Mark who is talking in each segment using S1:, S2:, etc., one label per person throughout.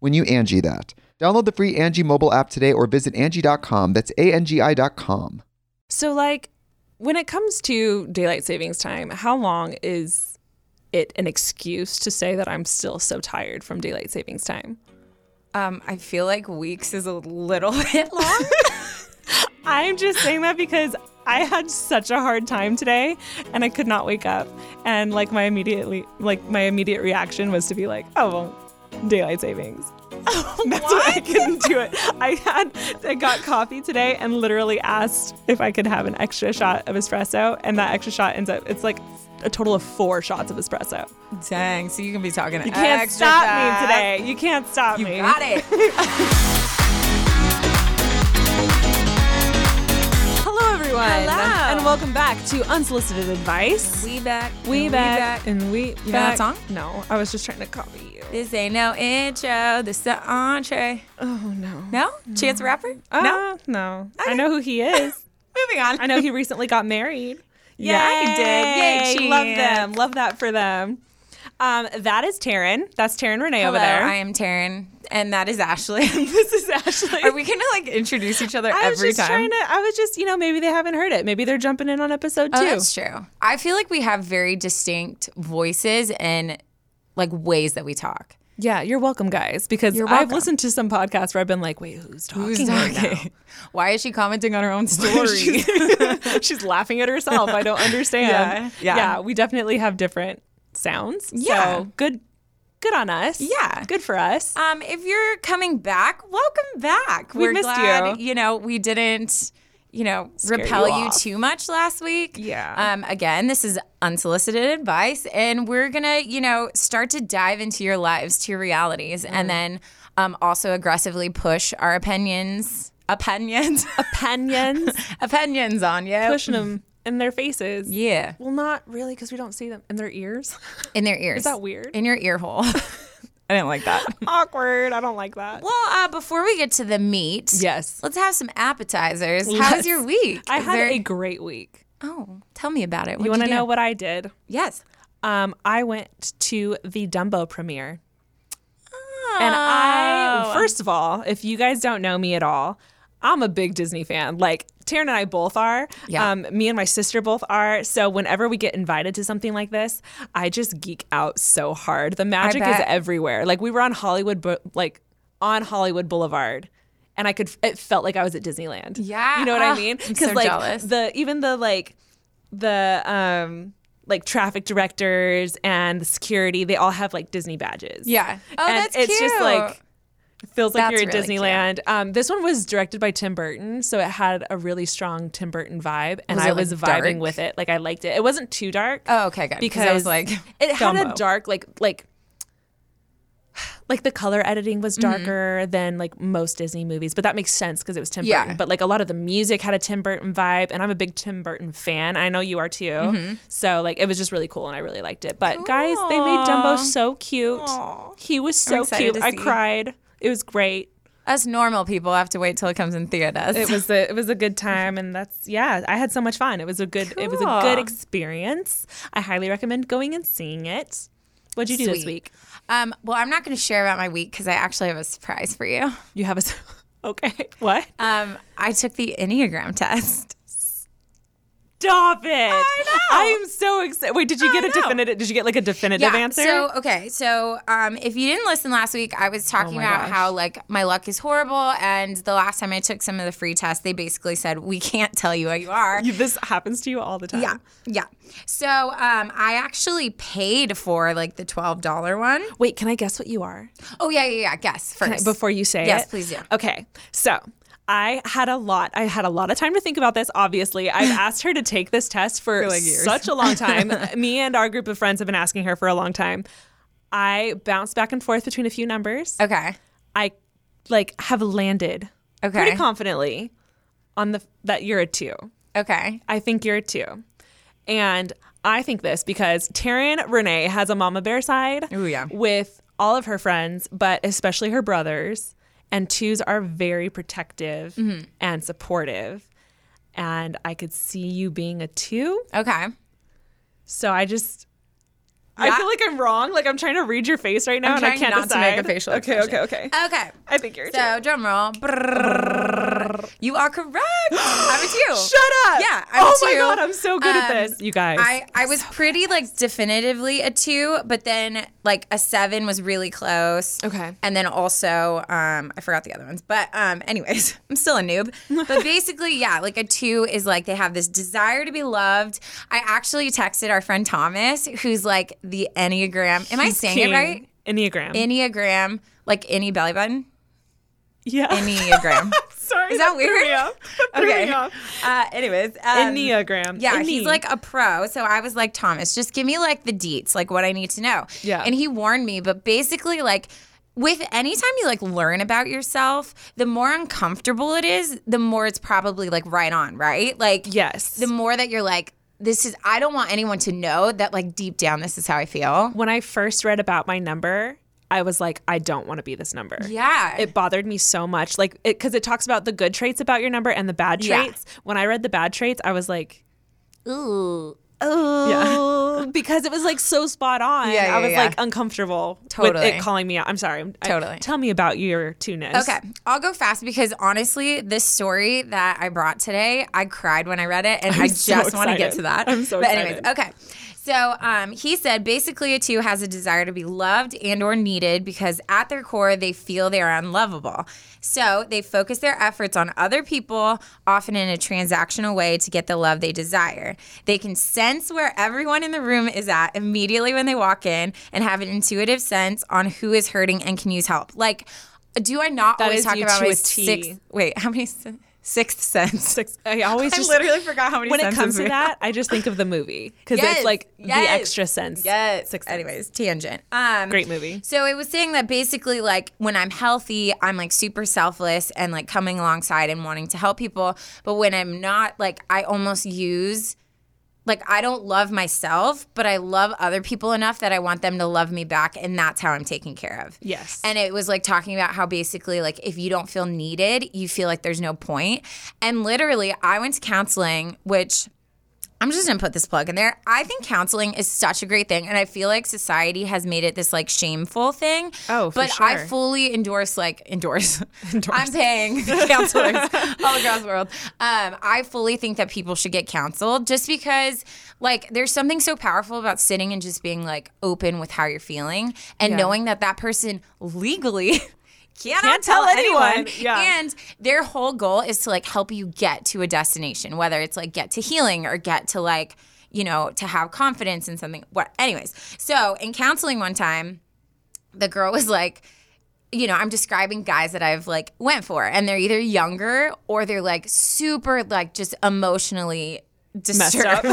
S1: when you Angie that. Download the free Angie mobile app today or visit Angie.com. That's A-N-G-I dot com.
S2: So, like, when it comes to daylight savings time, how long is it an excuse to say that I'm still so tired from daylight savings time?
S3: Um, I feel like weeks is a little bit long.
S2: I'm just saying that because I had such a hard time today and I could not wake up. And like my immediately like my immediate reaction was to be like, oh well, daylight savings.
S3: Oh,
S2: That's why I couldn't do it. I had I got coffee today and literally asked if I could have an extra shot of espresso and that extra shot ends up it's like a total of four shots of espresso.
S3: Dang, so you can be talking.
S2: You can't stop me today. You can't stop me.
S3: You got it.
S2: Hello everyone.
S3: Hello.
S2: And welcome back to Unsolicited Advice.
S3: we back.
S2: We back, and we back.
S3: that song?
S2: No, I was just trying to copy you.
S3: This ain't no intro. This the entree.
S2: Oh no.
S3: No? Chance the Rapper? no.
S2: Uh, no. I know who he is.
S3: Moving on.
S2: I know he recently got married. Yeah, I
S3: Yay,
S2: did. Yay, love
S3: Chance.
S2: them. Love that for them. Um, that is Taryn. That's Taryn Renee over
S3: Hello,
S2: there.
S3: I am Taryn, and that is Ashley.
S2: this is Ashley.
S3: Are we gonna like introduce each other
S2: I was
S3: every
S2: just
S3: time?
S2: trying to. I was just, you know, maybe they haven't heard it. Maybe they're jumping in on episode two.
S3: Oh, that's true. I feel like we have very distinct voices and like ways that we talk.
S2: Yeah, you're welcome, guys. Because
S3: You're
S2: I've
S3: welcome.
S2: listened to some podcasts where I've been like, wait, who's talking?
S3: Who's
S2: right now?
S3: talking? Why is she commenting on her own story?
S2: She's laughing at herself. I don't understand.
S3: Yeah, yeah.
S2: we definitely have different sounds.
S3: Yeah.
S2: So good good on us.
S3: Yeah.
S2: Good for us.
S3: Um, if you're coming back, welcome back.
S2: We
S3: We're
S2: missed
S3: glad,
S2: you.
S3: know, we didn't, you know,
S2: Scare
S3: repel
S2: you
S3: you,
S2: off.
S3: too much last week.
S2: Yeah.
S3: Um, again, this is unsolicited advice, and we're gonna, you know, start to dive into your lives, to your realities,
S2: Mm.
S3: and then um, also aggressively push our opinions, opinions,
S2: Opinions.
S3: opinions on you.
S2: pushing them in their faces.
S3: Yeah,
S2: Well, not really, because we don't see them in their ears.
S3: in their ears. Is
S2: that weird?
S3: In your ear hole. I didn't like that.
S2: Awkward. I don't like that.
S3: Well, uh, before we get to the meat,
S2: Yes.
S3: let's have some appetizers. How
S2: Yes.
S3: was your week?
S2: I
S3: Is
S2: had
S3: there-
S2: a great week.
S3: Oh, tell me about it. What'd
S2: You want to
S3: do?
S2: know what I did?
S3: Yes.
S2: Um, I went to the Dumbo premiere. And
S3: Oh.
S2: I, first of all, if you guys don't know me at all, I'm a big Disney fan. Like Taryn and I both are.
S3: Yeah.
S2: Um, me and my sister both are. So whenever we get invited to something like this, I just geek out so hard. The magic is
S3: bet.
S2: everywhere. Like we were on Hollywood, Bou- like on Hollywood Boulevard. And I could, it felt like I was at Disneyland.
S3: Yeah.
S2: you know what I
S3: Ah,
S2: mean?
S3: I'm so
S2: like
S3: jealous.
S2: the even the like the um like traffic directors and the security, they all have like Disney badges.
S3: Yeah. Oh,
S2: And
S3: that's
S2: it's just
S3: cute.
S2: like feels like
S3: That's
S2: you're at
S3: really cute.
S2: Disneyland. Um, this one was directed by Tim Burton, so it had a really strong Tim Burton vibe, and
S3: Was
S2: I
S3: it, like,
S2: was vibing
S3: dark?
S2: with it. Like I liked it. It wasn't too dark.
S3: Oh, okay, good. 'Cause
S2: Because
S3: I was like,
S2: it had a
S3: Dumbo.
S2: dark like like. Like the color editing was
S3: Mm-hmm.
S2: darker than like most Disney movies, but that makes sense because it was Tim
S3: Yeah.
S2: Burton. But like a lot of the music had a Tim Burton vibe, and I'm a big Tim Burton fan. I know you are too.
S3: Mm-hmm.
S2: So like it was just really cool, and I really liked it. But guys, they made Dumbo so cute. He was so
S3: excited
S2: cute.
S3: to
S2: I
S3: see.
S2: cried. It was great.
S3: Us normal people have to wait till it comes in theaters.
S2: It was a, it was a good time, and that's yeah. I had so much fun. It was a good it was a good
S3: Cool.
S2: experience. I highly recommend going and seeing it. What'd you do this
S3: Sweet.
S2: week?
S3: Um, well, I'm not going to share about my week because I actually have a surprise for you.
S2: You have a s- okay. What?
S3: Um, I took the Enneagram test.
S2: Stop it! I
S3: know.
S2: am so excited. Wait, did you get a
S3: know.
S2: definitive? Did you get like a definitive answer?
S3: So okay, so um, if you didn't listen last week, I
S2: Oh
S3: was talking about how like my luck is horrible, and the last time I took some of the free tests, they basically said we can't tell you what you are.
S2: You- this happens to you all the time.
S3: yeah, yeah. So um, I actually paid for like the twelve dollar one.
S2: Wait, can I guess what you are?
S3: Oh yeah, yeah, yeah. Guess
S2: Can I-
S3: first
S2: before you say
S3: Yes,
S2: it?
S3: please do.
S2: Okay. So I had a lot. I had a lot of time to think about this. Obviously, I've asked her to take this test for, such a long time. Me and our group of friends have been asking her for a long time. I bounced back and forth between a few numbers.
S3: Okay.
S2: I like have landed
S3: Okay.
S2: pretty confidently on the that you're a two.
S3: Okay.
S2: I think you're a two, and I think this because Taryn Renee has a mama bear side
S3: Ooh, yeah.
S2: with all of her friends, but especially her brothers. And twos are very protective
S3: Mm-hmm.
S2: and supportive. And I could see you being a two.
S3: Okay.
S2: So I just,
S3: Yeah.
S2: I feel like I'm wrong. Like I'm trying to read your face right now
S3: I'm
S2: and I
S3: trying
S2: can't
S3: not to
S2: decide.
S3: make a facial
S2: Okay, okay, okay.
S3: Okay.
S2: I think you're a two.
S3: So drum roll. Brrrr. You are correct. I'm a two.
S2: Shut up.
S3: Yeah, I'm
S2: oh
S3: a
S2: my
S3: two.
S2: god, I'm so good at
S3: Um,
S2: this. You guys.
S3: I, I was pretty like definitively a two, but then like a seven was really close.
S2: Okay.
S3: And then also, um, I forgot the other ones. But um, anyways, I'm still a noob. But basically, yeah, like a two is like they have this desire to be loved. I actually texted our friend Thomas, who's like the Enneagram. Am I saying
S2: King.
S3: it right?
S2: Enneagram.
S3: Enneagram, like any belly button.
S2: yeah.
S3: Enneagram.
S2: Sorry.
S3: Is that
S2: Threw
S3: weird?
S2: me off. That threw
S3: okay.
S2: me off.
S3: Uh, anyways, um,
S2: Enneagram.
S3: Yeah,
S2: Enne.
S3: he's like a pro. So I was like, Thomas, just give me like the deets, like what I need to know.
S2: Yeah.
S3: And he warned me, but basically, like, with any time you like learn about yourself, the more uncomfortable it is, the more it's probably like right on, right? Like,
S2: yes.
S3: the more that you're like, this is, I don't want anyone to know that like deep down, this is how I feel.
S2: when I first read about my number, I was like, I don't want to be this number.
S3: Yeah.
S2: It bothered me so much. Like, because it, talks about the good traits about your number and the bad
S3: Yeah.
S2: traits. When I read the bad traits, I was like,
S3: Ooh. Ooh.
S2: yeah. because it was like so spot on.
S3: Yeah, yeah,
S2: I was
S3: yeah.
S2: like uncomfortable
S3: Totally.
S2: with it calling me out. I'm sorry. I-
S3: Totally.
S2: tell me about your two ness.
S3: Okay, I'll go fast because honestly, this story that I brought today, I cried when I read it, and i just
S2: so
S3: want to get
S2: excited.
S3: to that.
S2: I'm so
S3: but anyways,
S2: excited.
S3: okay. So um, he said basically a two has a desire to be loved and or needed because at their core they feel they are unlovable. So they focus their efforts on other people, often in a transactional way, to get the love they desire. They can sense where everyone in the room is at immediately when they walk in and have an intuitive sense on who is hurting and can use help. Like, do I not
S2: That
S3: always
S2: is
S3: talk
S2: you
S3: about
S2: to
S3: my
S2: a T.
S3: sixth? Wait, how many? sen- Sixth sense.
S2: Six. I always
S3: I
S2: just
S3: literally forgot how many
S2: When it
S3: senses
S2: comes to
S3: we
S2: that, I just think of the movie because
S3: Yes,
S2: it's like
S3: yes,
S2: the extra sense.
S3: Yes.
S2: Sixth Sense.
S3: Anyways, tangent. Um,
S2: Great movie.
S3: So it was saying that basically, like when I'm healthy, I'm like super selfless and like coming alongside and wanting to help people. But when I'm not, like I almost use. Like I don't love myself, but I love other people enough that I want them to love me back, and that's how I'm taken care of.
S2: Yes.
S3: And it was like talking about how basically, like, if you don't feel needed, you feel like there's no point. And literally, I went to counseling, which I'm just gonna put this plug in there. I think counseling is such a great thing, and I feel like society has made it this like shameful thing.
S2: Oh, for
S3: but I
S2: sure.
S3: fully endorse like endorse. I'm paying counselors all across the world. Um, I fully think that people should get counseled just because like there's something so powerful about sitting and just being like open with how you're feeling and knowing that that person legally. Cannot
S2: Can't
S3: tell,
S2: tell
S3: anyone.
S2: anyone. Yeah.
S3: And their whole goal is to like help you get to a destination, whether it's like get to healing or get to like, you know, to have confidence in something. What anyways. So in counseling one time, the girl was like, you know, I'm describing guys that I've like went for and they're either younger or they're like super like just emotionally disturbed.
S2: up.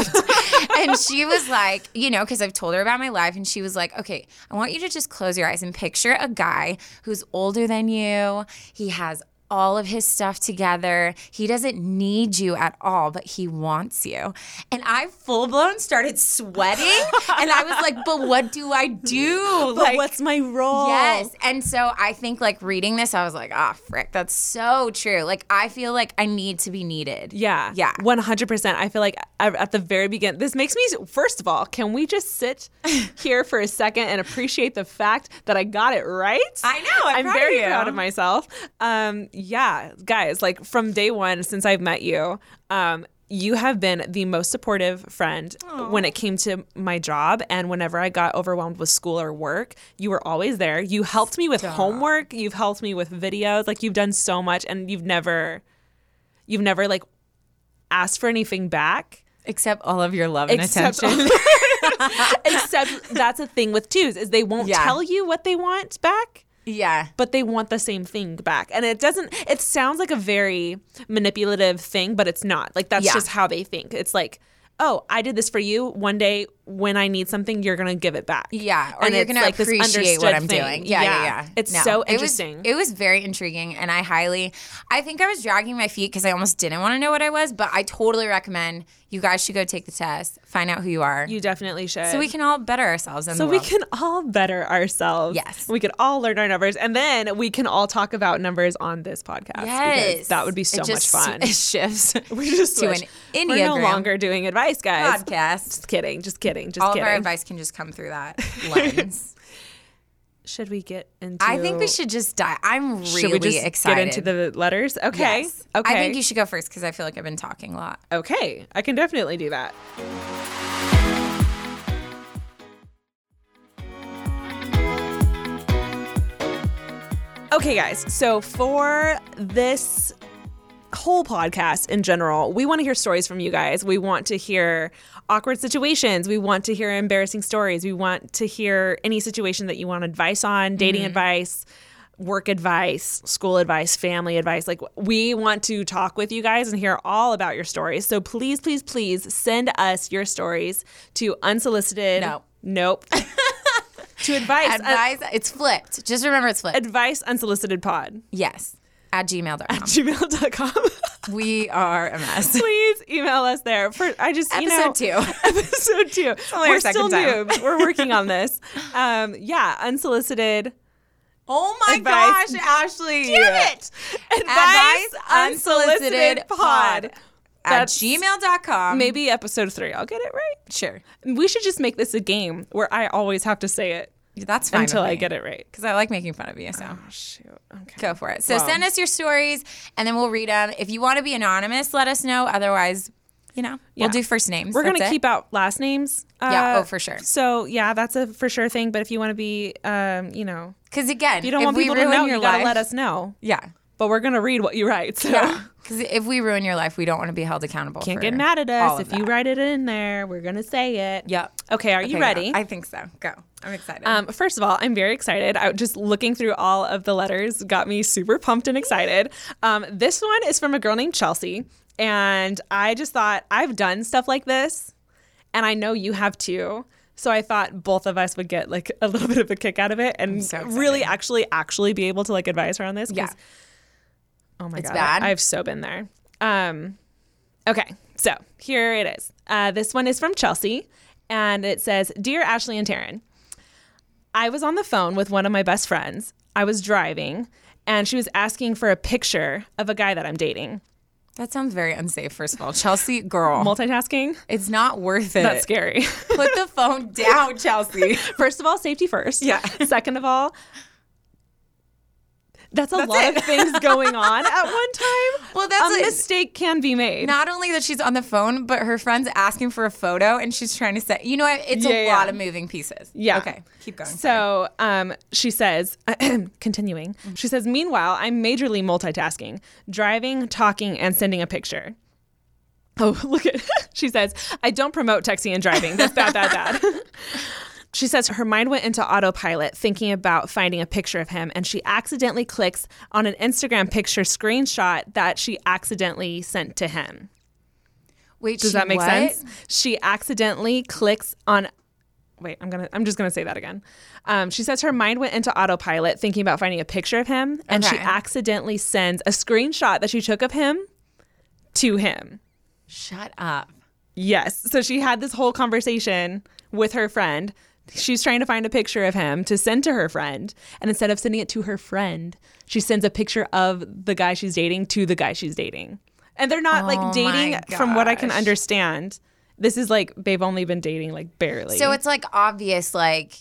S3: and she was like, you know, because I've told her about my life, and she was like, okay, I want you to just close your eyes and picture a guy who's older than you. He has all of his stuff together. He doesn't need you at all, but he wants you. And I full blown started sweating. and I was like, but what do I do?
S2: But what's my role?
S3: Oh, Yes.
S2: Oh.
S3: And so I think like reading this, I was like, oh, frick, that's so true. Like, I feel like I need to be needed.
S2: Yeah.
S3: Yeah.
S2: 100%. I feel like I- at the very beginning, this makes me, first of all, can we just sit here for a second and appreciate the fact that I got it right?
S3: I know, I'm
S2: I'm
S3: proud of
S2: very
S3: you.
S2: proud of myself. Um, yeah. Guys, like from day one, since I've met you, um, you have been the most supportive friend when it came to my job and whenever I got overwhelmed with school or work, you were always there. You helped me with homework, you've helped me with videos, like you've done so much and you've never you've never like asked for anything back
S3: Except all of your love and
S2: except
S3: attention.
S2: except that's a thing with twos is they won't
S3: Yeah.
S2: tell you what they want back
S3: yeah.
S2: but they want the same thing back and it doesn't it sounds like a very manipulative thing but it's not like that's
S3: Yeah.
S2: just how they think it's like oh i did this for you one day when i need something you're gonna give it back
S3: Yeah, or
S2: And
S3: you're
S2: it's
S3: gonna
S2: like this
S3: appreciate what
S2: understood
S3: I'm
S2: thing.
S3: doing. Yeah, yeah, yeah.
S2: it's
S3: No,
S2: so
S3: it was-
S2: interesting
S3: It was, very intriguing, and I highly, I think I was dragging my feet because I almost didn't want to know what I was, but I totally recommend you guys should go take the test, find out who you are,
S2: you definitely should
S3: so we can all better ourselves. In
S2: So
S3: the
S2: we
S3: world.
S2: can all better ourselves.
S3: Yes.
S2: We can all learn our numbers and then we can all talk about numbers on this podcast. because
S3: Yes,
S2: That would be so
S3: It just
S2: much
S3: sw-
S2: fun.
S3: It shifts
S2: we just
S3: to
S2: switched.
S3: an
S2: We're no
S3: Enneagram
S2: longer doing advice, guys.
S3: podcast.
S2: Just kidding. Just kidding. Just
S3: All of
S2: kidding.
S3: our advice can just come through that lens.
S2: Should we get into
S3: I think we should just die. I'm really
S2: Should we just
S3: excited.
S2: get into the letters? Okay.
S3: Yes.
S2: Okay.
S3: I think you should go first because I feel like I've been talking a lot.
S2: Okay, I can definitely do that. Okay, guys, so for this whole podcast in general, we want to hear stories from you guys. We want to hear awkward situations. We want to hear embarrassing stories. We want to hear any situation that you want advice on, dating advice, work advice, school advice, family advice. Like we want to talk with you guys and hear all about your stories. So please, please, please send us your stories to unsolicited.
S3: No.
S2: Nope. to advice. uh,
S3: Advice, it's flipped. Just remember it's flipped.
S2: advice unsolicited pod.
S3: Yes. At gmail.com.
S2: Gmail.com.
S3: we are a mess.
S2: please email us there. For I just you know,
S3: Episode two.
S2: episode two.
S3: only our
S2: We're
S3: second
S2: still
S3: time.
S2: noobs. We're working on this. Um, yeah, unsolicited
S3: Oh my
S2: Advice.
S3: gosh, Ashley.
S2: advice, unsolicited pod.
S3: At
S2: That's-
S3: gmail.com.
S2: Maybe episode three. I'll get it right.
S3: Sure.
S2: We should just make this a game where I always have to say it
S3: That's fine.
S2: until I get it right.
S3: Because I like making fun of you. So
S2: Shoot. Okay.
S3: go for it. So send us your stories and then we'll read them. If you want to be anonymous, let us know. Otherwise, you know,
S2: Yeah.
S3: we'll do first names.
S2: We're
S3: That's
S2: gonna
S3: it.
S2: keep out last names. uh,
S3: Yeah, oh, for sure.
S2: So yeah, that's a for sure thing. But if you want to be, um, you know,
S3: Because again,
S2: you don't
S3: if
S2: want
S3: we
S2: people to
S3: ruin
S2: know,
S3: your
S2: you gotta
S3: life,
S2: let us know.
S3: Yeah.
S2: But we're gonna read what you write. So.
S3: Yeah. Because if we ruin your life, we don't want to be held accountable.
S2: Can't
S3: for
S2: get mad at
S3: all
S2: us.
S3: of
S2: If you
S3: that.
S2: write it in there, we're going to say it.
S3: Yep.
S2: Okay, are you
S3: Okay, go.
S2: ready?
S3: I think so. Go. I'm excited.
S2: um, first of all, I'm very excited. I, just looking through all of the letters got me super pumped and excited. Um, this one is from a girl named Chelsea. And I just thought, I've done stuff like this, and I know you have too. So I thought both of us would get like a little bit of a kick out of it and
S3: so excited.
S2: really actually, actually be able to like advise her on this. 'cause-
S3: Yeah.
S2: Oh my
S3: It's
S2: God.
S3: bad.
S2: I've so been there. Um, Okay, so here it is. Uh, this one is from Chelsea, and it says Dear Ashley and Taryn, I was on the phone with one of my best friends. I was driving, and she was asking for a picture of a guy that I'm dating.
S3: that sounds very unsafe, first of all. Chelsea, girl,
S2: Multitasking?
S3: it's not worth it.
S2: That's scary.
S3: Put the phone down, Chelsea.
S2: First of all, safety first.
S3: Yeah.
S2: Second of all, that's a lot of things going on at one time.
S3: Well, that's
S2: a
S3: like-
S2: mistake can be made.
S3: Not only that she's on the phone, but her friend's asking for a photo and she's trying to say, you know what? It's a
S2: Yeah, yeah.
S3: lot of moving pieces.
S2: Yeah.
S3: Okay, keep going.
S2: So um, she says, continuing, she says, Meanwhile, I'm majorly multitasking, driving, talking, and sending a picture. Oh, look at, she says, I don't promote texting and driving. That's bad, bad, bad. She says her mind went into autopilot thinking about finding a picture of him, and she accidentally clicks on an Instagram picture screenshot that she accidentally sent to him.
S3: Wait,
S2: Does
S3: she
S2: that make
S3: what?
S2: sense? She accidentally clicks on wait, I'm gonna I'm just gonna say that again. Um, she says her mind went into autopilot thinking about finding a picture of him, and she
S3: Okay.
S2: accidentally sends a screenshot that she took of him to him.
S3: Shut up.
S2: Yes. So she had this whole conversation with her friend. She's trying to find a picture of him to send to her friend. And instead of sending it to her friend, she sends a picture of the guy she's dating to the guy she's dating. And they're not like
S3: Oh my
S2: dating from what I can
S3: gosh.
S2: understand. This is like they've only been dating like barely.
S3: So it's like obvious, like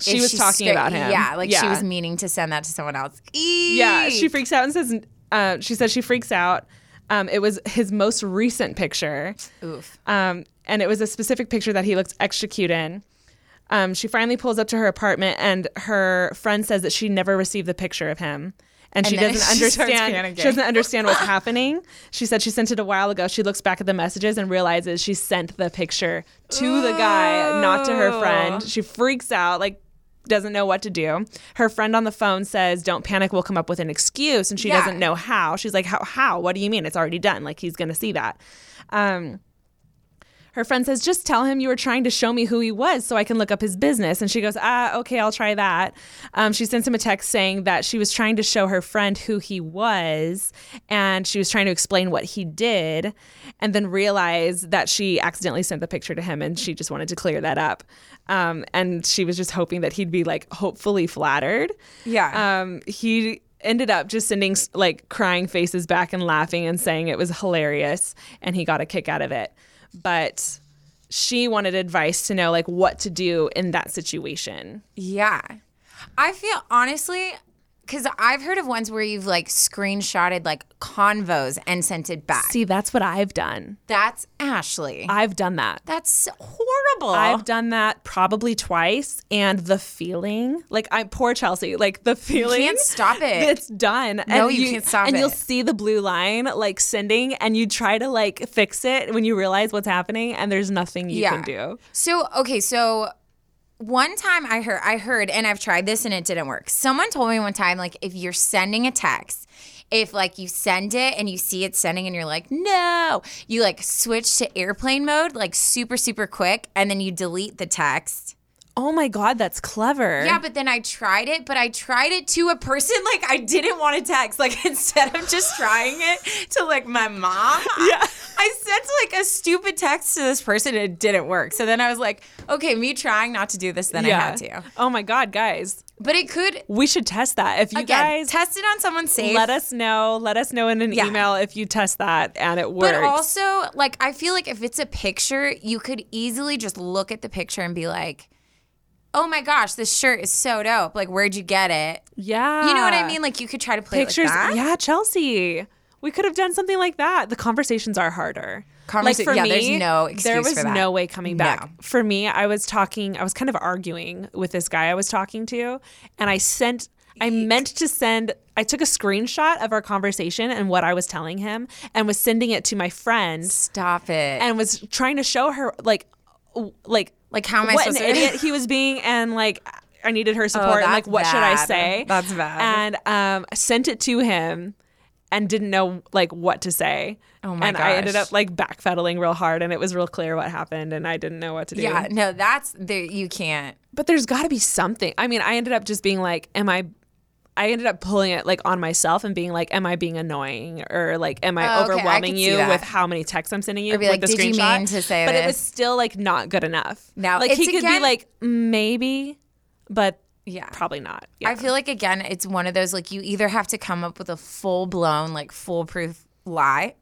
S2: she
S3: if
S2: was
S3: she's
S2: talking
S3: sca-
S2: about him.
S3: Yeah, like she was meaning to send that to someone else.
S2: Yeah, she
S3: Eek.
S2: freaks out and says, uh, she says she freaks out. Um, it was his most recent picture.
S3: Oof.
S2: Um, and it was a specific picture that he looked extra cute in. Um, she finally pulls up to her apartment, and her friend says that she never received the picture of him. And, she
S3: And then
S2: doesn't
S3: she starts
S2: understand. She
S3: panicking.
S2: doesn't understand what's happening. She said she sent it a while ago. She looks back at the messages and realizes she sent the picture to the guy, not to her friend. She freaks out, like doesn't know what to do. Her friend on the phone says, "Don't panic. We'll come up with an excuse." And she
S3: Yeah.
S2: doesn't know how. She's like, "How? How? What do you mean? It's already done. Like he's gonna see that." Um, her friend says, just tell him you were trying to show me who he was so I can look up his business. And she goes, ah, okay, I'll try that. Um, she sends him a text saying that she was trying to show her friend who he was and she was trying to explain what he did and then realized that she accidentally sent the picture to him and she just wanted to clear that up. Um, and she was just hoping that he'd be like hopefully flattered
S3: Yeah.
S2: um, he ended up just sending s- like crying faces back and laughing and saying it was hilarious and he got a kick out of it but she wanted advice to know like what to do in that situation
S3: yeah. I feel honestly, because I've heard of ones where you've like screenshotted like convos and sent it back.
S2: see that's what i've done
S3: That's Ashley.
S2: i've done that
S3: That's horrible.
S2: I've done that probably twice, and the feeling, like I poor Chelsea, like the feeling,
S3: can't stop it.
S2: It's done. No,
S3: you can't stop
S2: And you'll
S3: it.
S2: see the blue line like sending, and you try to like fix it when you realize what's happening, and there's nothing you can do.
S3: So okay, so one time I heard I heard and I've tried this and it didn't work. Someone told me one time like if you're sending a text, if like you send it and you see it sending and you're like, "No." You like switch to airplane mode like super super quick and then you delete the text.
S2: Oh my god, that's clever.
S3: Yeah, but then I tried it, but I tried it to a person like I didn't want to text. Like instead of just trying it to like my mom, yeah. I sent like a stupid text to this person and it didn't work. So then I was like, okay, me trying not to do this, then I had to.
S2: Oh my god, guys,
S3: But it could
S2: we should test that. If you
S3: again
S2: guys
S3: test it on someone safe.
S2: let us know, let us know in an
S3: Yeah.
S2: email if you test that and it works.
S3: but also, like, I feel like if it's a picture, you could easily just look at the picture and be like, oh my gosh, this shirt is so dope. Like, where'd you get it?
S2: yeah,
S3: You know what I mean? Like, you could try to play
S2: pictures.
S3: It like that.
S2: yeah, Chelsea. We could have done something like that. The conversations are harder.
S3: Conversa-
S2: like for
S3: yeah,
S2: me,
S3: there's no
S2: there
S3: excuse
S2: was
S3: for that.
S2: no way coming
S3: No.
S2: back. For me, I was talking, I was kind of arguing with this guy I was talking to, and I sent, I meant to send, I took a screenshot of our conversation and what I was telling him, and was sending it to my friend,
S3: Stop it.
S2: and was trying to show her like, w- like,
S3: Like, how am I
S2: what an
S3: supposed to- Oh,
S2: idiot he was being, and like. I needed her support. and like,
S3: that's
S2: what should I
S3: bad.
S2: say?
S3: That's bad.
S2: And um, I sent it to him, and didn't know like what to say.
S3: Oh my
S2: And I ended
S3: gosh.
S2: up like backpedaling real hard, and it was real clear what happened, and I didn't know what to do.
S3: yeah, no, that's there. You can't.
S2: But there's got to be something. I mean, I ended up just being like, "Am I?" I ended up pulling it like on myself and being like, "Am I being annoying or like am I
S3: Oh, okay, I
S2: overwhelming
S3: could see
S2: you
S3: that.
S2: with how many texts I'm sending you?"
S3: be
S2: with
S3: like,
S2: the
S3: "Did you
S2: screenshot?"
S3: mean to say
S2: But it was
S3: this?
S2: still like not good enough.
S3: No,
S2: like he
S3: it's
S2: could be
S3: again-
S2: like maybe, but
S3: Yeah.
S2: probably not. Yeah.
S3: I feel like again, it's one of those like you either have to come up with a full blown like foolproof lie,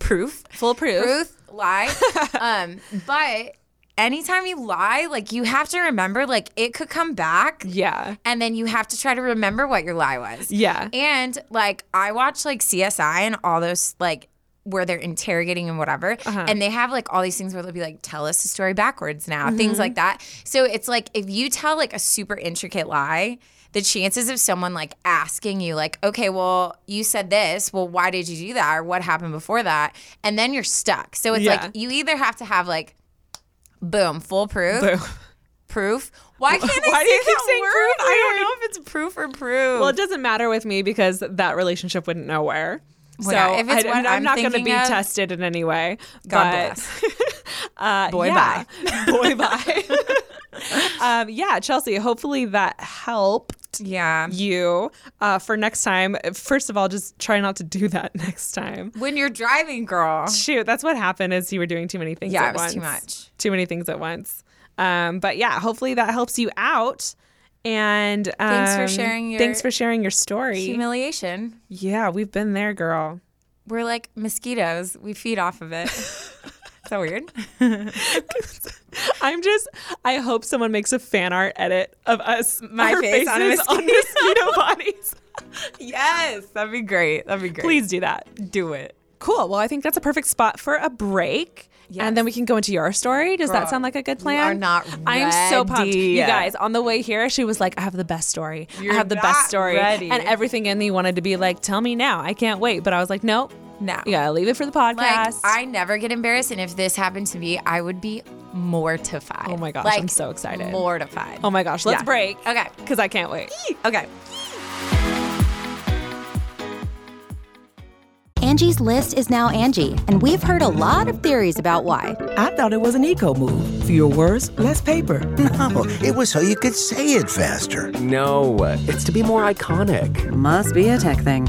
S3: proof,
S2: Foolproof.
S3: proof lie. um, but anytime you lie, like you have to remember like it could come back.
S2: yeah.
S3: And then you have to try to remember what your lie was.
S2: Yeah.
S3: And like I watch like CSI and all those like where they're interrogating and whatever, and they have like all these things where they'll be like, "Tell us the story backwards now," things like that. So it's like if you tell like a super intricate lie, the chances of someone like asking you like, "Okay, well, you said this. Well, why did you do that? Or what happened before that?" And then you're stuck. So it's
S2: Yeah.
S3: like you either have to have like, boom, full proof, proof. Why can't I
S2: Why do
S3: say
S2: you keep
S3: that
S2: saying
S3: word?
S2: proof
S3: I
S2: weird?
S3: don't know if it's proof or proof.
S2: Well, it doesn't matter with me because that relationship wouldn't know where. So
S3: yeah, if it's
S2: I,
S3: what
S2: am
S3: I'm
S2: not going to
S3: thinking
S2: be
S3: of-
S2: tested in any way.
S3: God
S2: but
S3: bless.
S2: Uh,
S3: Boy,
S2: yeah. Boy, bye. um, yeah, Chelsea, hopefully that helped
S3: Yeah.
S2: you uh, for next time. First of all, just try not to do that next time.
S3: When you're driving, girl.
S2: Shoot, that's what happened is you were doing too many things
S3: Yeah,
S2: at
S3: it was too
S2: once.
S3: much.
S2: Too many things at once. Um, but yeah, hopefully that helps you out. And um,
S3: Thanks for sharing your-
S2: thanks for sharing your story.
S3: Humiliation.
S2: yeah, we've been there, girl.
S3: We're like mosquitoes. We feed off of it. so weird.
S2: I'm just. I hope someone makes a fan art edit of us,
S3: My
S2: our
S3: face on a
S2: faces on mosquito bodies.
S3: Yes. That'd be great. That'd be great.
S2: Please do that.
S3: do it.
S2: Cool. Well, I think that's a perfect spot for a break. And then we can go into your story. Does that sound like a good plan?
S3: are not
S2: I am so pumped. You
S3: ready.
S2: guys, on the way here, she was like, I have the best story.
S3: You're
S2: I have the best
S3: not
S2: story.
S3: ready.
S2: And everything in me wanted to be like, tell me now. I can't wait. But I was like, nope.
S3: No.
S2: You gotta leave it for the
S3: Like
S2: podcast.
S3: I never get embarrassed, and if this happened to me, I would be mortified.
S2: Oh my gosh,
S3: Like,
S2: I'm so excited.
S3: Mortified.
S2: oh my gosh, let's
S3: Yeah.
S2: break.
S3: Okay.
S2: Because I can't wait.
S3: Okay.
S4: Angie's list is now Angie, and we've heard a lot of theories about why.
S5: I thought it was an eco move. Fewer words, less paper.
S6: No, it was so you could say it faster.
S7: No, it's to be more iconic.
S5: Must be a tech thing.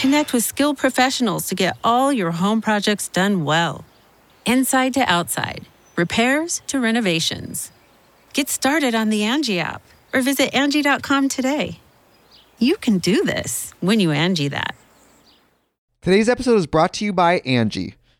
S8: Connect with skilled professionals to get all your home projects done well. Inside to outside, repairs to renovations. Get started on the Angie app or visit Angie.com today. You can do this when you Angie that.
S1: Today's episode is brought to you by Angie.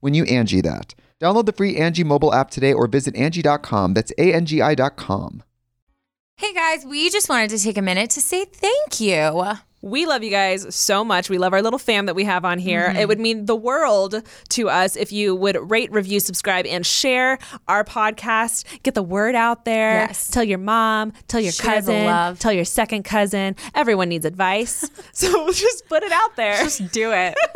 S1: when you Angie that. Download the free Angie mobile app today or visit Angie.com. That's A N G I.com.
S3: Hey guys, we just wanted to take a minute to say thank you.
S2: We love you guys so much. We love our little fam that we have on here. It would mean the world to us if you would rate, review, subscribe, and share our podcast. Get the word out there.
S3: Yes.
S2: Tell your mom, tell your
S3: Share the
S2: cousin,
S3: love.
S2: tell your second cousin. Everyone needs advice. so just put it out there.
S3: Do it.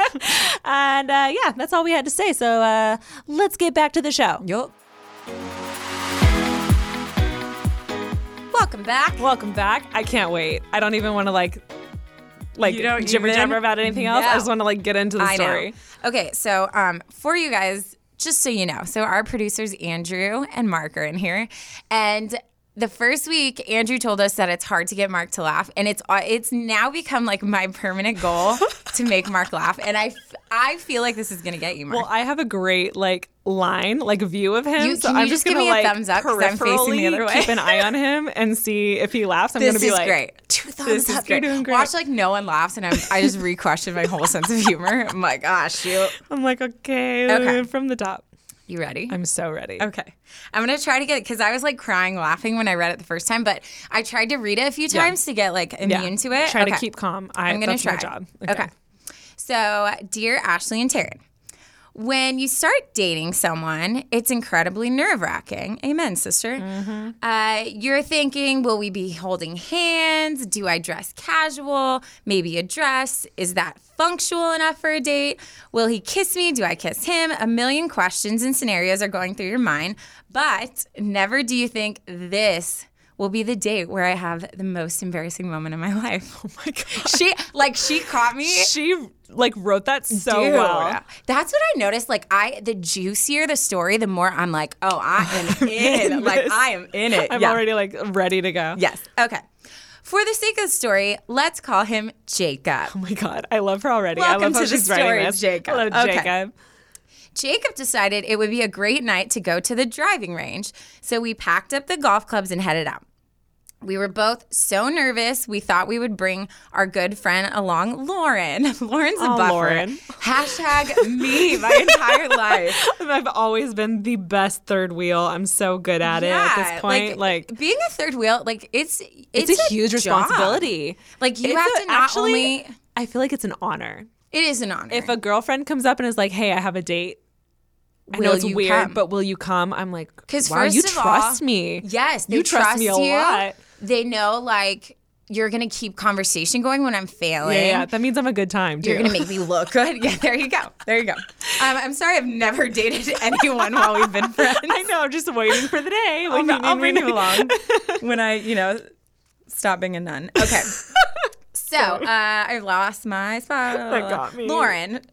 S2: And uh, yeah, that's all we had to say. So uh, let's get back to the show.
S3: yup. Welcome back.
S2: Welcome back. I can't wait. I don't even want to like like
S3: You don't
S2: jibber
S3: even?
S2: jabber about anything else. I
S3: No.
S2: just want to like get into the story.
S3: Know. Okay, so um, for you guys, just so you know, so our producers Andrew and Mark are in here, and the first week Andrew told us that it's hard to get Mark to laugh, and it's uh, it's now become like my permanent goal to make Mark laugh, and I f- I feel like this is gonna get you, Mark.
S2: Well, I have a great like line, like view of him.
S3: You-
S2: so
S3: can you
S2: I'm just
S3: just give
S2: gonna
S3: me a
S2: like
S3: thumbs up 'cause I'm facing the
S2: peripherally
S3: other way?
S2: keep an eye on him and see if he laughs. I'm
S3: this
S2: gonna be
S3: is
S2: like,
S3: great. Two thumbs
S2: is
S3: up.
S2: great.
S3: You're doing great. Watch like no one laughs, and I'm, I just re-question my whole sense of humor. I'm like, ah, shoot.
S2: I'm like, okay,
S3: Okay.
S2: from the top.
S3: You ready?
S2: I'm so ready.
S3: Okay. I'm going to try to get, because I was like crying laughing when I read it the first time, but I tried to read it a few times to get like immune to it.
S2: Try to
S3: Okay.
S2: keep calm. I,
S3: I'm
S2: am
S3: going
S2: gonna
S3: to
S2: try.
S3: try.
S2: My job.
S3: okay. So, dear Ashley and Taryn, when you start dating someone, it's incredibly nerve wracking. Amen, sister. Uh, you're thinking, will we be holding hands? Do I dress casual? Maybe a dress? Is that functional enough for a date? Will he kiss me? Do I kiss him? A million questions and scenarios are going through your mind, but never do you think this will be the date where I have the most embarrassing moment in my life. Oh my god. She like she caught me
S2: She like wrote that so
S3: Dude,
S2: well.
S3: That's what I noticed. Like I, the juicier the story, the more I'm like, oh, I am in.
S2: in
S3: like
S2: this.
S3: I am in it.
S2: I'm
S3: Yeah.
S2: already like ready to go.
S3: Yes. Okay. For the sake of the story, let's call him Jacob.
S2: Oh my god, I love her already. I love
S3: Welcome
S2: how
S3: to the
S2: she's writing
S3: story,
S2: this.
S3: Jacob.
S2: Hello,
S3: Okay.
S2: Jacob.
S3: Jacob decided it would be a great night to go to the driving range, so we packed up the golf clubs and headed out. We were both so nervous. We thought we would bring our good friend along, Lauren. Lauren's a
S2: Oh,
S3: buffer.
S2: Lauren.
S3: Hashtag me my entire life.
S2: I've always been the best third wheel. I'm so good at it at this point. Like,
S3: being a third wheel, like it's it's,
S2: it's, a, huge
S3: job.
S2: responsibility.
S3: Like, you
S2: It's
S3: have
S2: a-
S3: to not
S2: actually,
S3: only-
S2: I feel like it's an honor.
S3: It is an honor.
S2: If a girlfriend comes up and is like, "Hey, I have a date," I know
S3: Will
S2: it's
S3: you
S2: weird,
S3: come?
S2: but will you come? I'm like,
S3: 'Cause
S2: wow, you
S3: first of all-
S2: trust me.
S3: yes, they
S2: you trust, me a
S3: you.
S2: lot.
S3: They know like you're gonna keep conversation going when I'm
S2: Yeah,
S3: failing.
S2: yeah, that means I'm a good time too.
S3: You're gonna make me look good. Yeah, there you go. There you go. Um, I'm sorry, I've never dated anyone while we've been friends.
S2: I know. I'm just waiting for the day
S3: I'll,
S2: when you
S3: I'll
S2: need
S3: bring
S2: me.
S3: you along when I, you know, stop being a nun. Okay. So uh, I lost my spot.
S2: That got me.
S3: Lauren.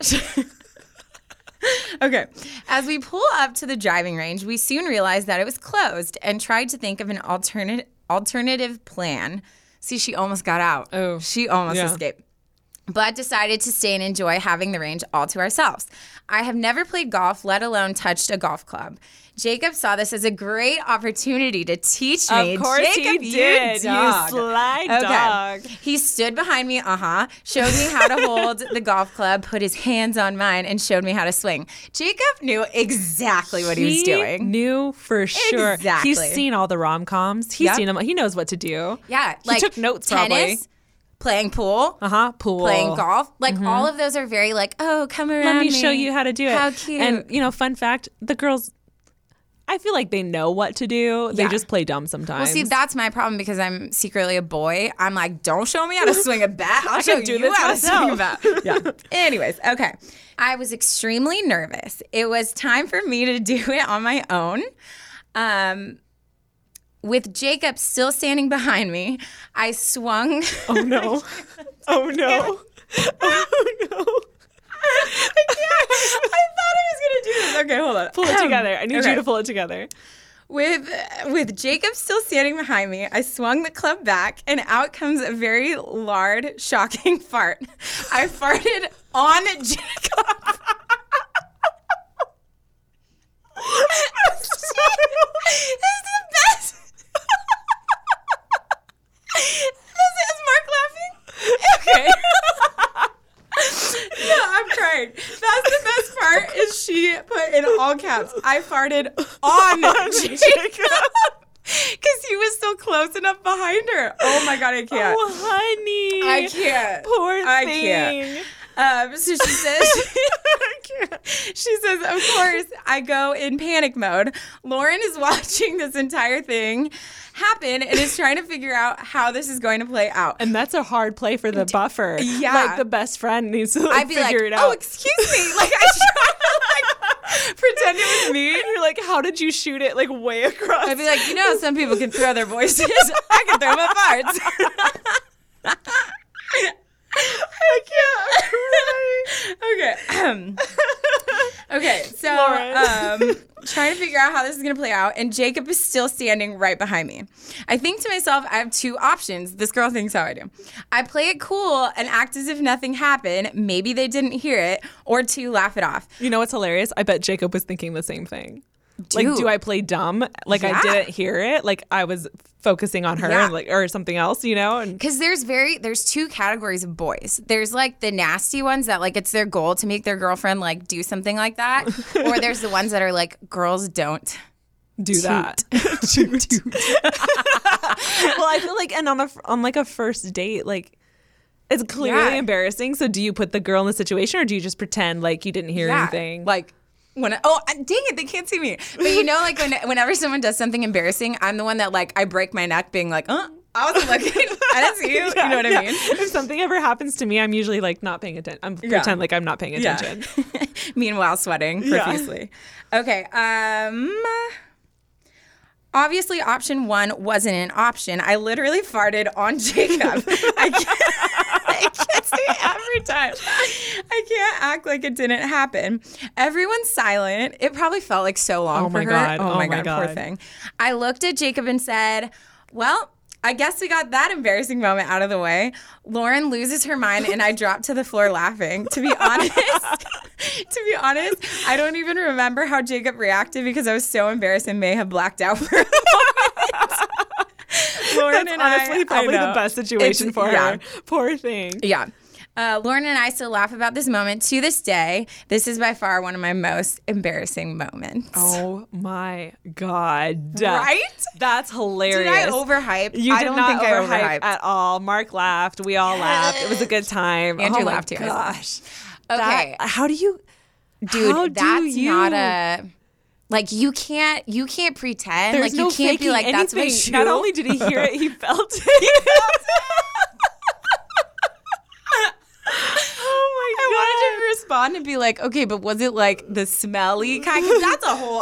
S3: okay. As we pull up to the driving range, we soon realized that it was closed and tried to think of an alternate alternative plan. See, she almost got out.
S2: Oh,
S3: she almost
S2: yeah.
S3: escaped but decided to stay and enjoy having the range all to ourselves. I have never played golf, let alone touched a golf club. Jacob saw this as a great opportunity to teach me.
S2: Of course
S3: Jacob,
S2: he
S3: you
S2: did. You,
S3: dog.
S2: sly
S3: Okay.
S2: dog.
S3: He stood behind me, uh huh, showed me how to hold the golf club, put his hands on mine, and showed me how to swing. Jacob knew exactly what he, was doing.
S2: knew for sure.
S3: Exactly.
S2: He's seen all the rom coms. He's
S3: Yep.
S2: seen them. He knows what to do.
S3: yeah,
S2: He
S3: like
S2: took notes probably.
S3: tennis, playing pool,
S2: Uh huh. Pool. Mm-hmm.
S3: playing golf. Like all of those are very like, oh, come around.
S2: Let me show you how to do it.
S3: How cute.
S2: And you know, fun fact: the girls, I feel like they know what to do. They
S3: Yeah.
S2: just play dumb sometimes.
S3: Well, see, that's my problem because I'm secretly a boy. I'm like, don't show me how to swing a bat. I'll show
S2: do
S3: you
S2: this
S3: how
S2: myself.
S3: to swing a bat. Yeah. Anyways, okay. I was extremely nervous. It was time for me to do it on my own. Um, with Jacob still standing behind me, I swung.
S2: oh no! Oh no! Oh no!
S3: I can't. I thought I was gonna do this. Okay, hold on.
S2: Pull it together. I need
S3: Um, Okay.
S2: you to pull it together.
S3: With with Jacob still standing behind me, I swung the club back, and out comes a very large, shocking fart. I farted on Jacob. It's the best. This is Mark laughing. Okay. No, I'm crying. That's the best part. Is she put in all caps? I farted on Jacob because he was so close enough behind her. Oh my god, I can't.
S2: Oh, honey.
S3: I can't.
S2: Poor
S3: I
S2: thing.
S3: can't. Um, so she says, she says, of course, I go in panic mode. Lauren is watching this entire thing happen and is trying to figure out how this is going to play out.
S2: And that's a hard play for the buffer.
S3: yeah.
S2: Like the best friend needs to like,
S3: I'd be
S2: figure
S3: like,
S2: it out.
S3: oh, excuse me. Like, I tried to like, pretend it was me.
S2: And you're like, how did you shoot it like way across?
S3: I'd be like, you know, some people can throw their voices. I can throw my parts. I can't. okay. okay. So,
S2: Lauren.
S3: um, trying to figure out how this is going to play out, and Jacob is still standing right behind me. I think to myself, I have two options. This girl thinks how I do. I play it cool and act as if nothing happened. Maybe they didn't hear it, or two, laugh it off.
S2: you know what's hilarious? I bet Jacob was thinking the same thing. like,
S3: Dude.
S2: do I play dumb? Like
S3: Yeah.
S2: I didn't hear it. Like I was focusing on her,
S3: Yeah.
S2: like or something else, you know. And
S3: Because there's very there's two categories of boys. There's like the nasty ones that like it's their goal to make their girlfriend like do something like that, or there's the ones that are like girls don't.
S2: do that. well, I feel like, and on a on like a first date, like it's clearly
S3: Yeah.
S2: embarrassing. So, do you put the girl in the situation, or do you just pretend like you didn't hear anything?
S3: Like when I, oh dang it, they can't see me. But you know, like when, whenever someone does something embarrassing, I'm the one that like I break my neck, being like, uh, I wasn't looking, I didn't see you. you know what
S2: Yeah.
S3: I mean?
S2: If something ever happens to me, I'm usually like not paying attention. I'm pretend like I'm not paying attention.
S3: Meanwhile, sweating profusely. Okay. Um. Obviously, option one wasn't an option. I literally farted on Jacob. I can't, it gets me every time. I can't act like it didn't happen. Everyone's silent. It probably felt like so long
S2: Oh
S3: for
S2: my
S3: her.
S2: God.
S3: Oh,
S2: Oh
S3: my
S2: my
S3: god, poor
S2: God.
S3: thing. I looked at Jacob and said, "Well." I guess we got that embarrassing moment out of the way. Lauren loses her mind and I drop to the floor laughing. To be honest, to be honest, I don't even remember how Jacob reacted because I was so embarrassed and may have blacked out for a moment. Lauren
S2: That's
S3: and I-
S2: honestly probably
S3: I know.
S2: the best situation
S3: It's-
S2: for
S3: yeah.
S2: her. Poor thing.
S3: Yeah. Uh, Lauren and I still laugh about this moment to this day. This is by far one of my most embarrassing moments.
S2: Oh my god!
S3: Right?
S2: That's hilarious.
S3: Did I overhype?
S2: You did
S3: I don't
S2: not
S3: think I
S2: overhype Uh,
S3: overhyped.
S2: at all. Mark laughed. We all laughed. It was a good time.
S3: Andrew
S2: oh my
S3: laughed here.
S2: Gosh.
S3: Okay.
S2: That- how do you,
S3: Dude,
S2: How do
S3: that's
S2: you-
S3: not a like you can't you can't pretend
S2: There's
S3: like
S2: no
S3: you can't
S2: faking
S3: be like
S2: anything.
S3: that's my shoe.
S2: Not only did he hear it, he felt it. oh my
S3: I
S2: god.
S3: wanted to respond and be like, okay, but was it like the smelly kind? 'Cause that's a whole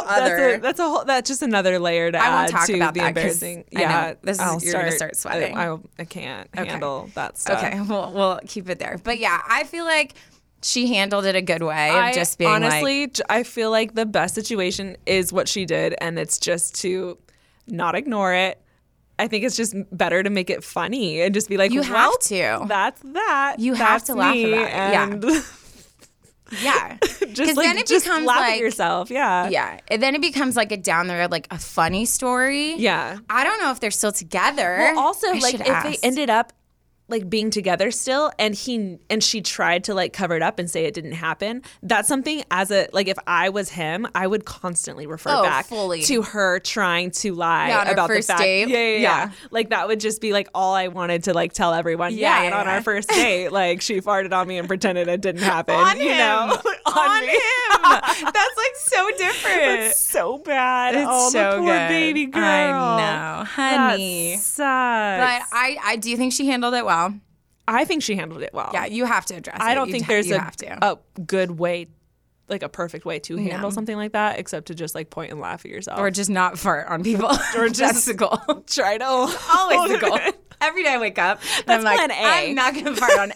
S2: That's
S3: other.
S2: a, that's a whole that's just another layer to
S3: I won't
S2: add
S3: talk
S2: to
S3: about
S2: the
S3: that 'cause
S2: embarrassing.
S3: I know
S2: Yeah,
S3: this is-
S2: I'll
S3: you're gonna start sweating.
S2: I, I, I can't handle that stuff.
S3: Okay, we'll we'll keep it there. But yeah, I feel like she handled it a good way of
S2: I
S3: just being like,
S2: honestly, j- I feel like the best situation is what she did, and it's just to not ignore it. I think it's just better to make it funny and just be like,
S3: You
S2: well,
S3: have to.
S2: That's that.
S3: Oh. You have
S2: That's
S3: to laugh
S2: me,"
S3: about it, yeah.
S2: And
S3: yeah,
S2: just
S3: because
S2: like
S3: then it
S2: just
S3: becomes
S2: laugh
S3: like
S2: at yourself. Yeah.
S3: yeah, and then it becomes like a down the road like a funny story.
S2: Yeah.
S3: I don't know if they're still together.
S2: Well, also,
S3: I
S2: like
S3: should
S2: if
S3: ask.
S2: they ended up like being together still, and he and she tried to like cover it up and say it didn't happen. That's something as a like if I was him, I would constantly refer
S3: Oh,
S2: back
S3: fully.
S2: to her trying to lie
S3: Yeah, on our
S2: about
S3: first
S2: the fact.
S3: date.
S2: Yeah, yeah, yeah,
S3: Yeah.
S2: Like that would just be like all I wanted to like tell everyone. Yeah,
S3: Yeah,
S2: and
S3: yeah,
S2: on
S3: yeah.
S2: our first date, like she farted on me and pretended it didn't happen.
S3: on
S2: you
S3: him,
S2: know,
S3: on,
S2: me.
S3: him. That's like so different.
S2: It's so bad.
S3: It's
S2: oh,
S3: so
S2: the poor
S3: good.
S2: baby girl.
S3: I know, honey.
S2: That sucks.
S3: but I, I do think she handled it well.
S2: I think she handled it well.
S3: Yeah, you have to address.
S2: I
S3: it.
S2: don't
S3: You
S2: think
S3: ha-
S2: there's
S3: you
S2: a, Oh,
S3: have to.
S2: a good way, like a perfect way to handle something like that, except to just like point and laugh at yourself.
S3: or just not fart on people. Or just the goal.
S2: try to
S3: Always the goal. Every day I wake up, and I'm like,
S2: plan A.
S3: I'm not gonna fart on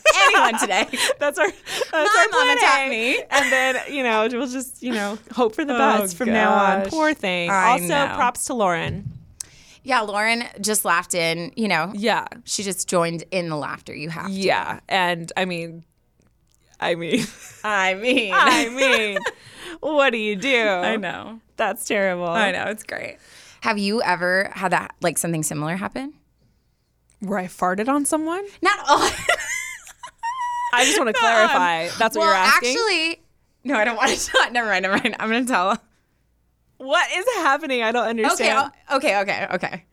S3: anyone today.
S2: That's our that's our
S3: Mom, Mama
S2: plan
S3: taught
S2: A.
S3: me. Oh,
S2: And then you know we'll just you know hope for the best from now on.
S3: gosh.
S2: Poor thing.
S3: I
S2: also,
S3: know.
S2: props to Lauren.
S3: Yeah, Lauren just laughed in. You know,
S2: Yeah,
S3: she just joined in the laughter. You have. to.
S2: yeah. And I mean, I mean,
S3: I mean,
S2: I mean, what do you do? I
S3: know.
S2: That's terrible.
S3: I know. It's great. Have you ever had that like something similar happen?
S2: Where I farted on someone? Um,
S3: Not all.
S2: I just want to clarify. That's what
S3: well,
S2: you're asking.
S3: actually, no, I don't want to tell. Never mind. Never mind. I'm gonna tell.
S2: what is happening? I don't
S3: Okay,
S2: understand.
S3: I'll- okay, okay, okay.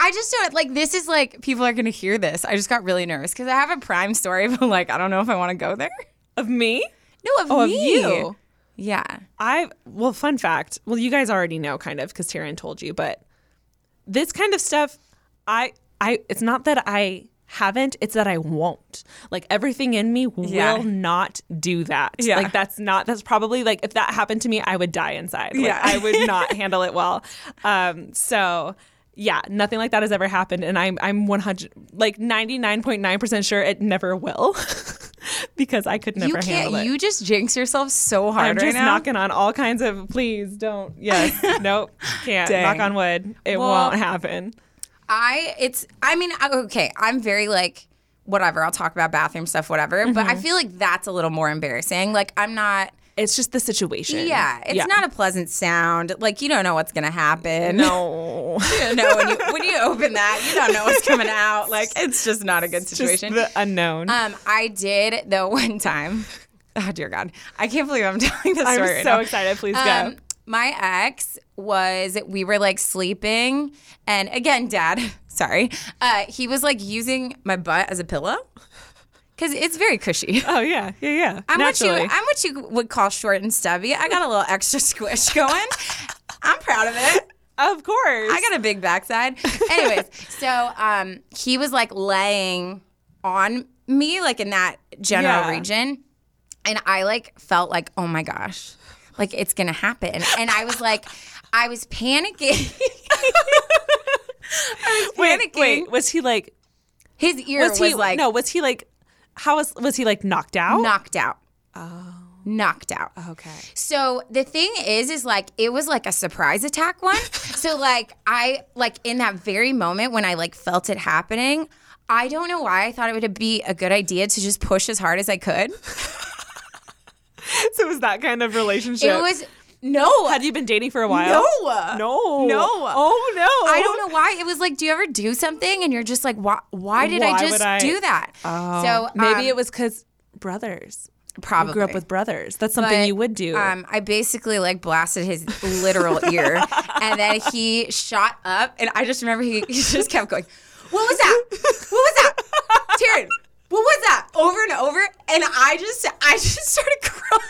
S3: I just don't like this is like people are gonna hear this. I just got really nervous because I have a prime story, but like I don't know if I want to go there.
S2: Of me?
S3: No, of
S2: Oh, of
S3: me.
S2: you.
S3: Yeah.
S2: I well, fun fact. Well, you guys already know kind of because Taryn told you, but this kind of stuff, I, I, it's not that I haven't, it's that I won't. Like everything in me will
S3: Yeah.
S2: not do that.
S3: Yeah.
S2: Like that's not. That's probably like if that happened to me, I would die inside. Like,
S3: Yeah.
S2: I would not handle it well. Um. So. Yeah, nothing like that has ever happened, and I'm I'm 100 like 99.9 percent sure it never will, because I could never
S3: you
S2: handle it.
S3: can't. You just jinx yourself so hard
S2: I'm
S3: right
S2: just
S3: now.
S2: knocking on all kinds of please don't. Yes. nope. Can't.
S3: Dang.
S2: Knock on wood. It
S3: Well-
S2: won't happen.
S3: I it's I mean I- okay I'm very like
S2: Mm-hmm.
S3: whatever I'll talk about bathroom stuff whatever but I feel like that's a little more embarrassing like I'm not
S2: It's just the situation.
S3: Yeah, it's not a pleasant sound. Like you don't know what's gonna happen.
S2: no.
S3: you know when you when you open that, you don't know what's coming out. Like it's just not a good
S2: Just
S3: situation.
S2: the unknown.
S3: um, I did though one time. Oh dear God, I can't believe I'm telling this
S2: I'm
S3: story. right
S2: so
S3: now.
S2: excited. Please go.
S3: Um, my ex was, we were like sleeping, and again, dad, sorry, uh, he was like using my butt as a pillow because it's very cushy.
S2: oh yeah, yeah, yeah.
S3: I'm what, you,
S2: Naturally.
S3: I'm what you would call short and stubby. I got a little extra squish going. I'm proud of it.
S2: of course.
S3: I got a big backside. Anyways, so um, he was like laying on me, like in that general
S2: Yeah.
S3: region, and I like felt like, oh my gosh, like it's gonna happen, and I was like, I was panicking. I was
S2: wait,
S3: panicking.
S2: wait. Was he like?
S3: His ear
S2: Was
S3: was,
S2: he
S3: like
S2: no? Was he like? How was was he like knocked out?
S3: knocked out. Oh. Knocked out.
S2: Okay.
S3: So the thing is, is like it was like a surprise attack one. so like I like in that very moment when I like felt it happening, I don't know why I thought it would be a good idea to just push as hard as I could.
S2: So it was that kind of relationship.
S3: It was no,
S2: Had you been dating for a while?
S3: no,
S2: No.
S3: no.
S2: Oh no.
S3: I don't know why. It was like, do you ever do something and you're just like, why? Why did
S2: Why
S3: I
S2: would
S3: just
S2: I- Oh.
S3: do that? so
S2: Maybe
S3: um,
S2: it was because brothers.
S3: probably
S2: You grew up with brothers. That's something
S3: But,
S2: you would do.
S3: Um, I basically like blasted his literal ear, and then he shot up, and I just remember he, he just kept going, "What was that? What was that, Taryn? What was that?" Over and over, and I just I just started crying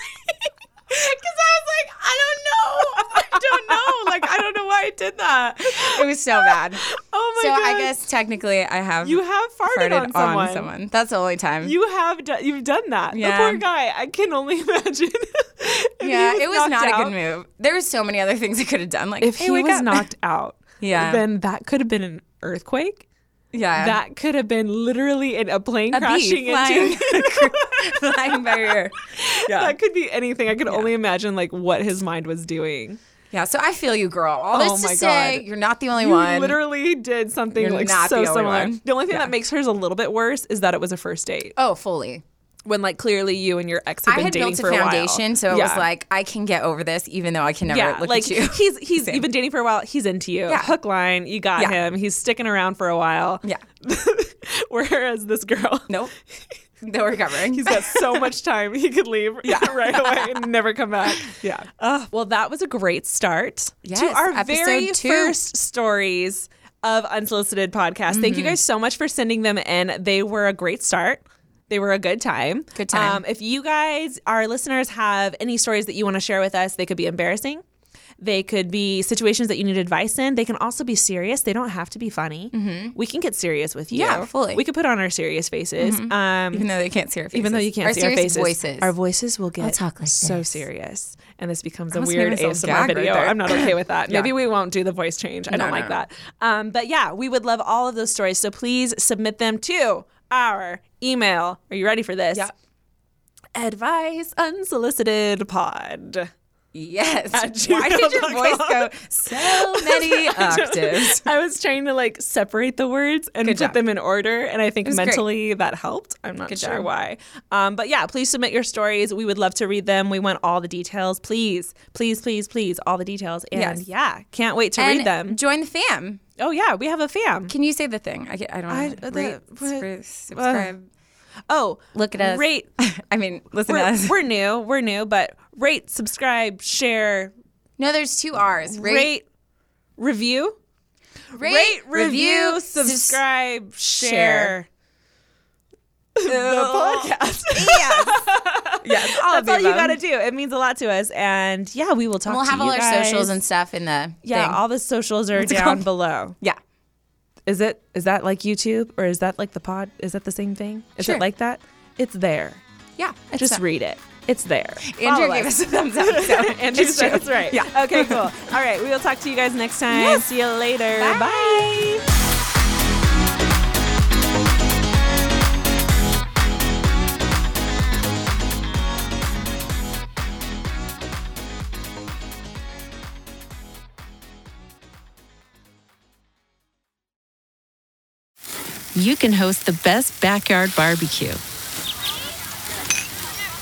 S3: because I was like, I don't know, I don't know, like I don't know why I did that. It was so bad.
S2: Oh my
S3: so I
S2: God.
S3: guess technically I have
S2: You have farted on someone.
S3: That's the only time.
S2: you have do- you've done that.
S3: Yeah.
S2: The poor guy. I can only imagine. if he
S3: yeah, it was
S2: knocked
S3: not a
S2: out.
S3: good move. There was so many other things I could have done. Like
S2: If
S3: "Hey,
S2: he
S3: wake
S2: was
S3: up."
S2: knocked out,
S3: Yeah.
S2: then that could have been an earthquake.
S3: yeah,
S2: That could have been literally in a plane
S3: a
S2: crashing
S3: bee flying,
S2: into.
S3: flying by your ear. Yeah.
S2: That could be anything. I could only imagine like what his mind was doing.
S3: yeah. So I feel you, girl. All
S2: Oh
S3: this
S2: my
S3: to say,
S2: God.
S3: you're not the only
S2: You
S3: one.
S2: literally did something
S3: You're
S2: like
S3: not
S2: so
S3: the only
S2: similar.
S3: one.
S2: The only thing that makes hers a little bit worse is that it was a first date
S3: oh, fully.
S2: when like clearly you and your ex have
S3: I
S2: been
S3: had
S2: dating
S3: built a
S2: for while.
S3: foundation, so it was
S2: Yeah.
S3: like I can get over this, even though I can never
S2: yeah,
S3: look
S2: like
S3: at you.
S2: he's he's you've been dating for a while. He's into you.
S3: Yeah.
S2: Hook line, you got
S3: Yeah.
S2: him. He's sticking around for a while.
S3: yeah.
S2: Whereas this girl,
S3: Nope. No recovering.
S2: he's got so much time he could leave right away and never come back. Yeah. Uh, well, that was a great start
S3: Yes,
S2: to our
S3: episode
S2: very
S3: two.
S2: first stories of unsolicited podcast. Thank you guys so much for sending them in. They were a great start. They were a good time. Um,
S3: Good time.
S2: if you guys, our listeners, have any stories that you want to share with us, they could be embarrassing. They could be situations that you need advice in. They can also be serious. They don't have to be funny. We can get serious with you.
S3: Yeah, fully.
S2: We could put on our serious faces. Um,
S3: even though they can't see our faces.
S2: even though you can't
S3: our
S2: see our
S3: serious
S2: faces,
S3: voices.
S2: our voices will get
S3: talk like
S2: so
S3: this.
S2: serious, and this becomes a
S3: almost
S2: weird
S3: made myself
S2: ASMR
S3: gag right
S2: video.
S3: there.
S2: I'm not okay with that. Maybe we won't do the voice change. I don't like that. Um, but yeah, we would love all of those stories. So please submit them to our email. Are you ready for this?
S3: Yeah.
S2: Advice unsolicited pod.
S3: yes.
S2: At Oh
S3: Why did your
S2: gmail.com.
S3: voice go so many octaves?
S2: I was trying to like separate the words and put
S3: job.
S2: them in order, and I think
S3: was great.
S2: mentally that helped. I'm not sure
S3: job.
S2: why, um, but yeah, please submit your stories. We would love to read them. We want all the details, please, please, please, please, all the details. And
S3: Yes.
S2: yeah, can't wait to
S3: and
S2: read them.
S3: Join the fam.
S2: Oh yeah, we have a fam.
S3: Can you say the thing? I, can't- I don't know.
S2: I-
S3: Rate,
S2: the-
S3: spru-
S2: what- uh,
S3: subscribe.
S2: Oh,
S3: Look at us.
S2: Rate.
S3: I mean, listen to
S2: We're,
S3: us.
S2: we're new. We're new, but rate, subscribe, share,
S3: No, there's two R's.
S2: rate,
S3: Rate,
S2: review,
S3: rate,
S2: review,
S3: subs-
S2: subscribe, share.
S3: share.
S2: The podcast.
S3: yes. yes. All of
S2: That's all
S3: the
S2: you
S3: above.
S2: got to do. It means a lot to us. And yeah, we will talk
S3: And We'll
S2: to
S3: have all
S2: you
S3: our socials
S2: guys.
S3: and stuff in the
S2: Yeah,
S3: thing.
S2: all the socials are
S3: it
S2: down
S3: called?
S2: below.
S3: yeah.
S2: Is it is that like YouTube or is that like the pod? Is that the same thing? Is
S3: Sure.
S2: it like that? It's there.
S3: Yeah. it's
S2: Just
S3: that.
S2: read it. It's there.
S3: Andrew
S2: Follow
S3: gave us a thumbs up. So
S2: Andrew
S3: it's
S2: said
S3: true.
S2: it's right.
S3: Yeah.
S2: Okay, cool. all right, we will talk to you guys next time. See you later.
S3: Bye.
S2: Bye.
S8: You can host the best backyard barbecue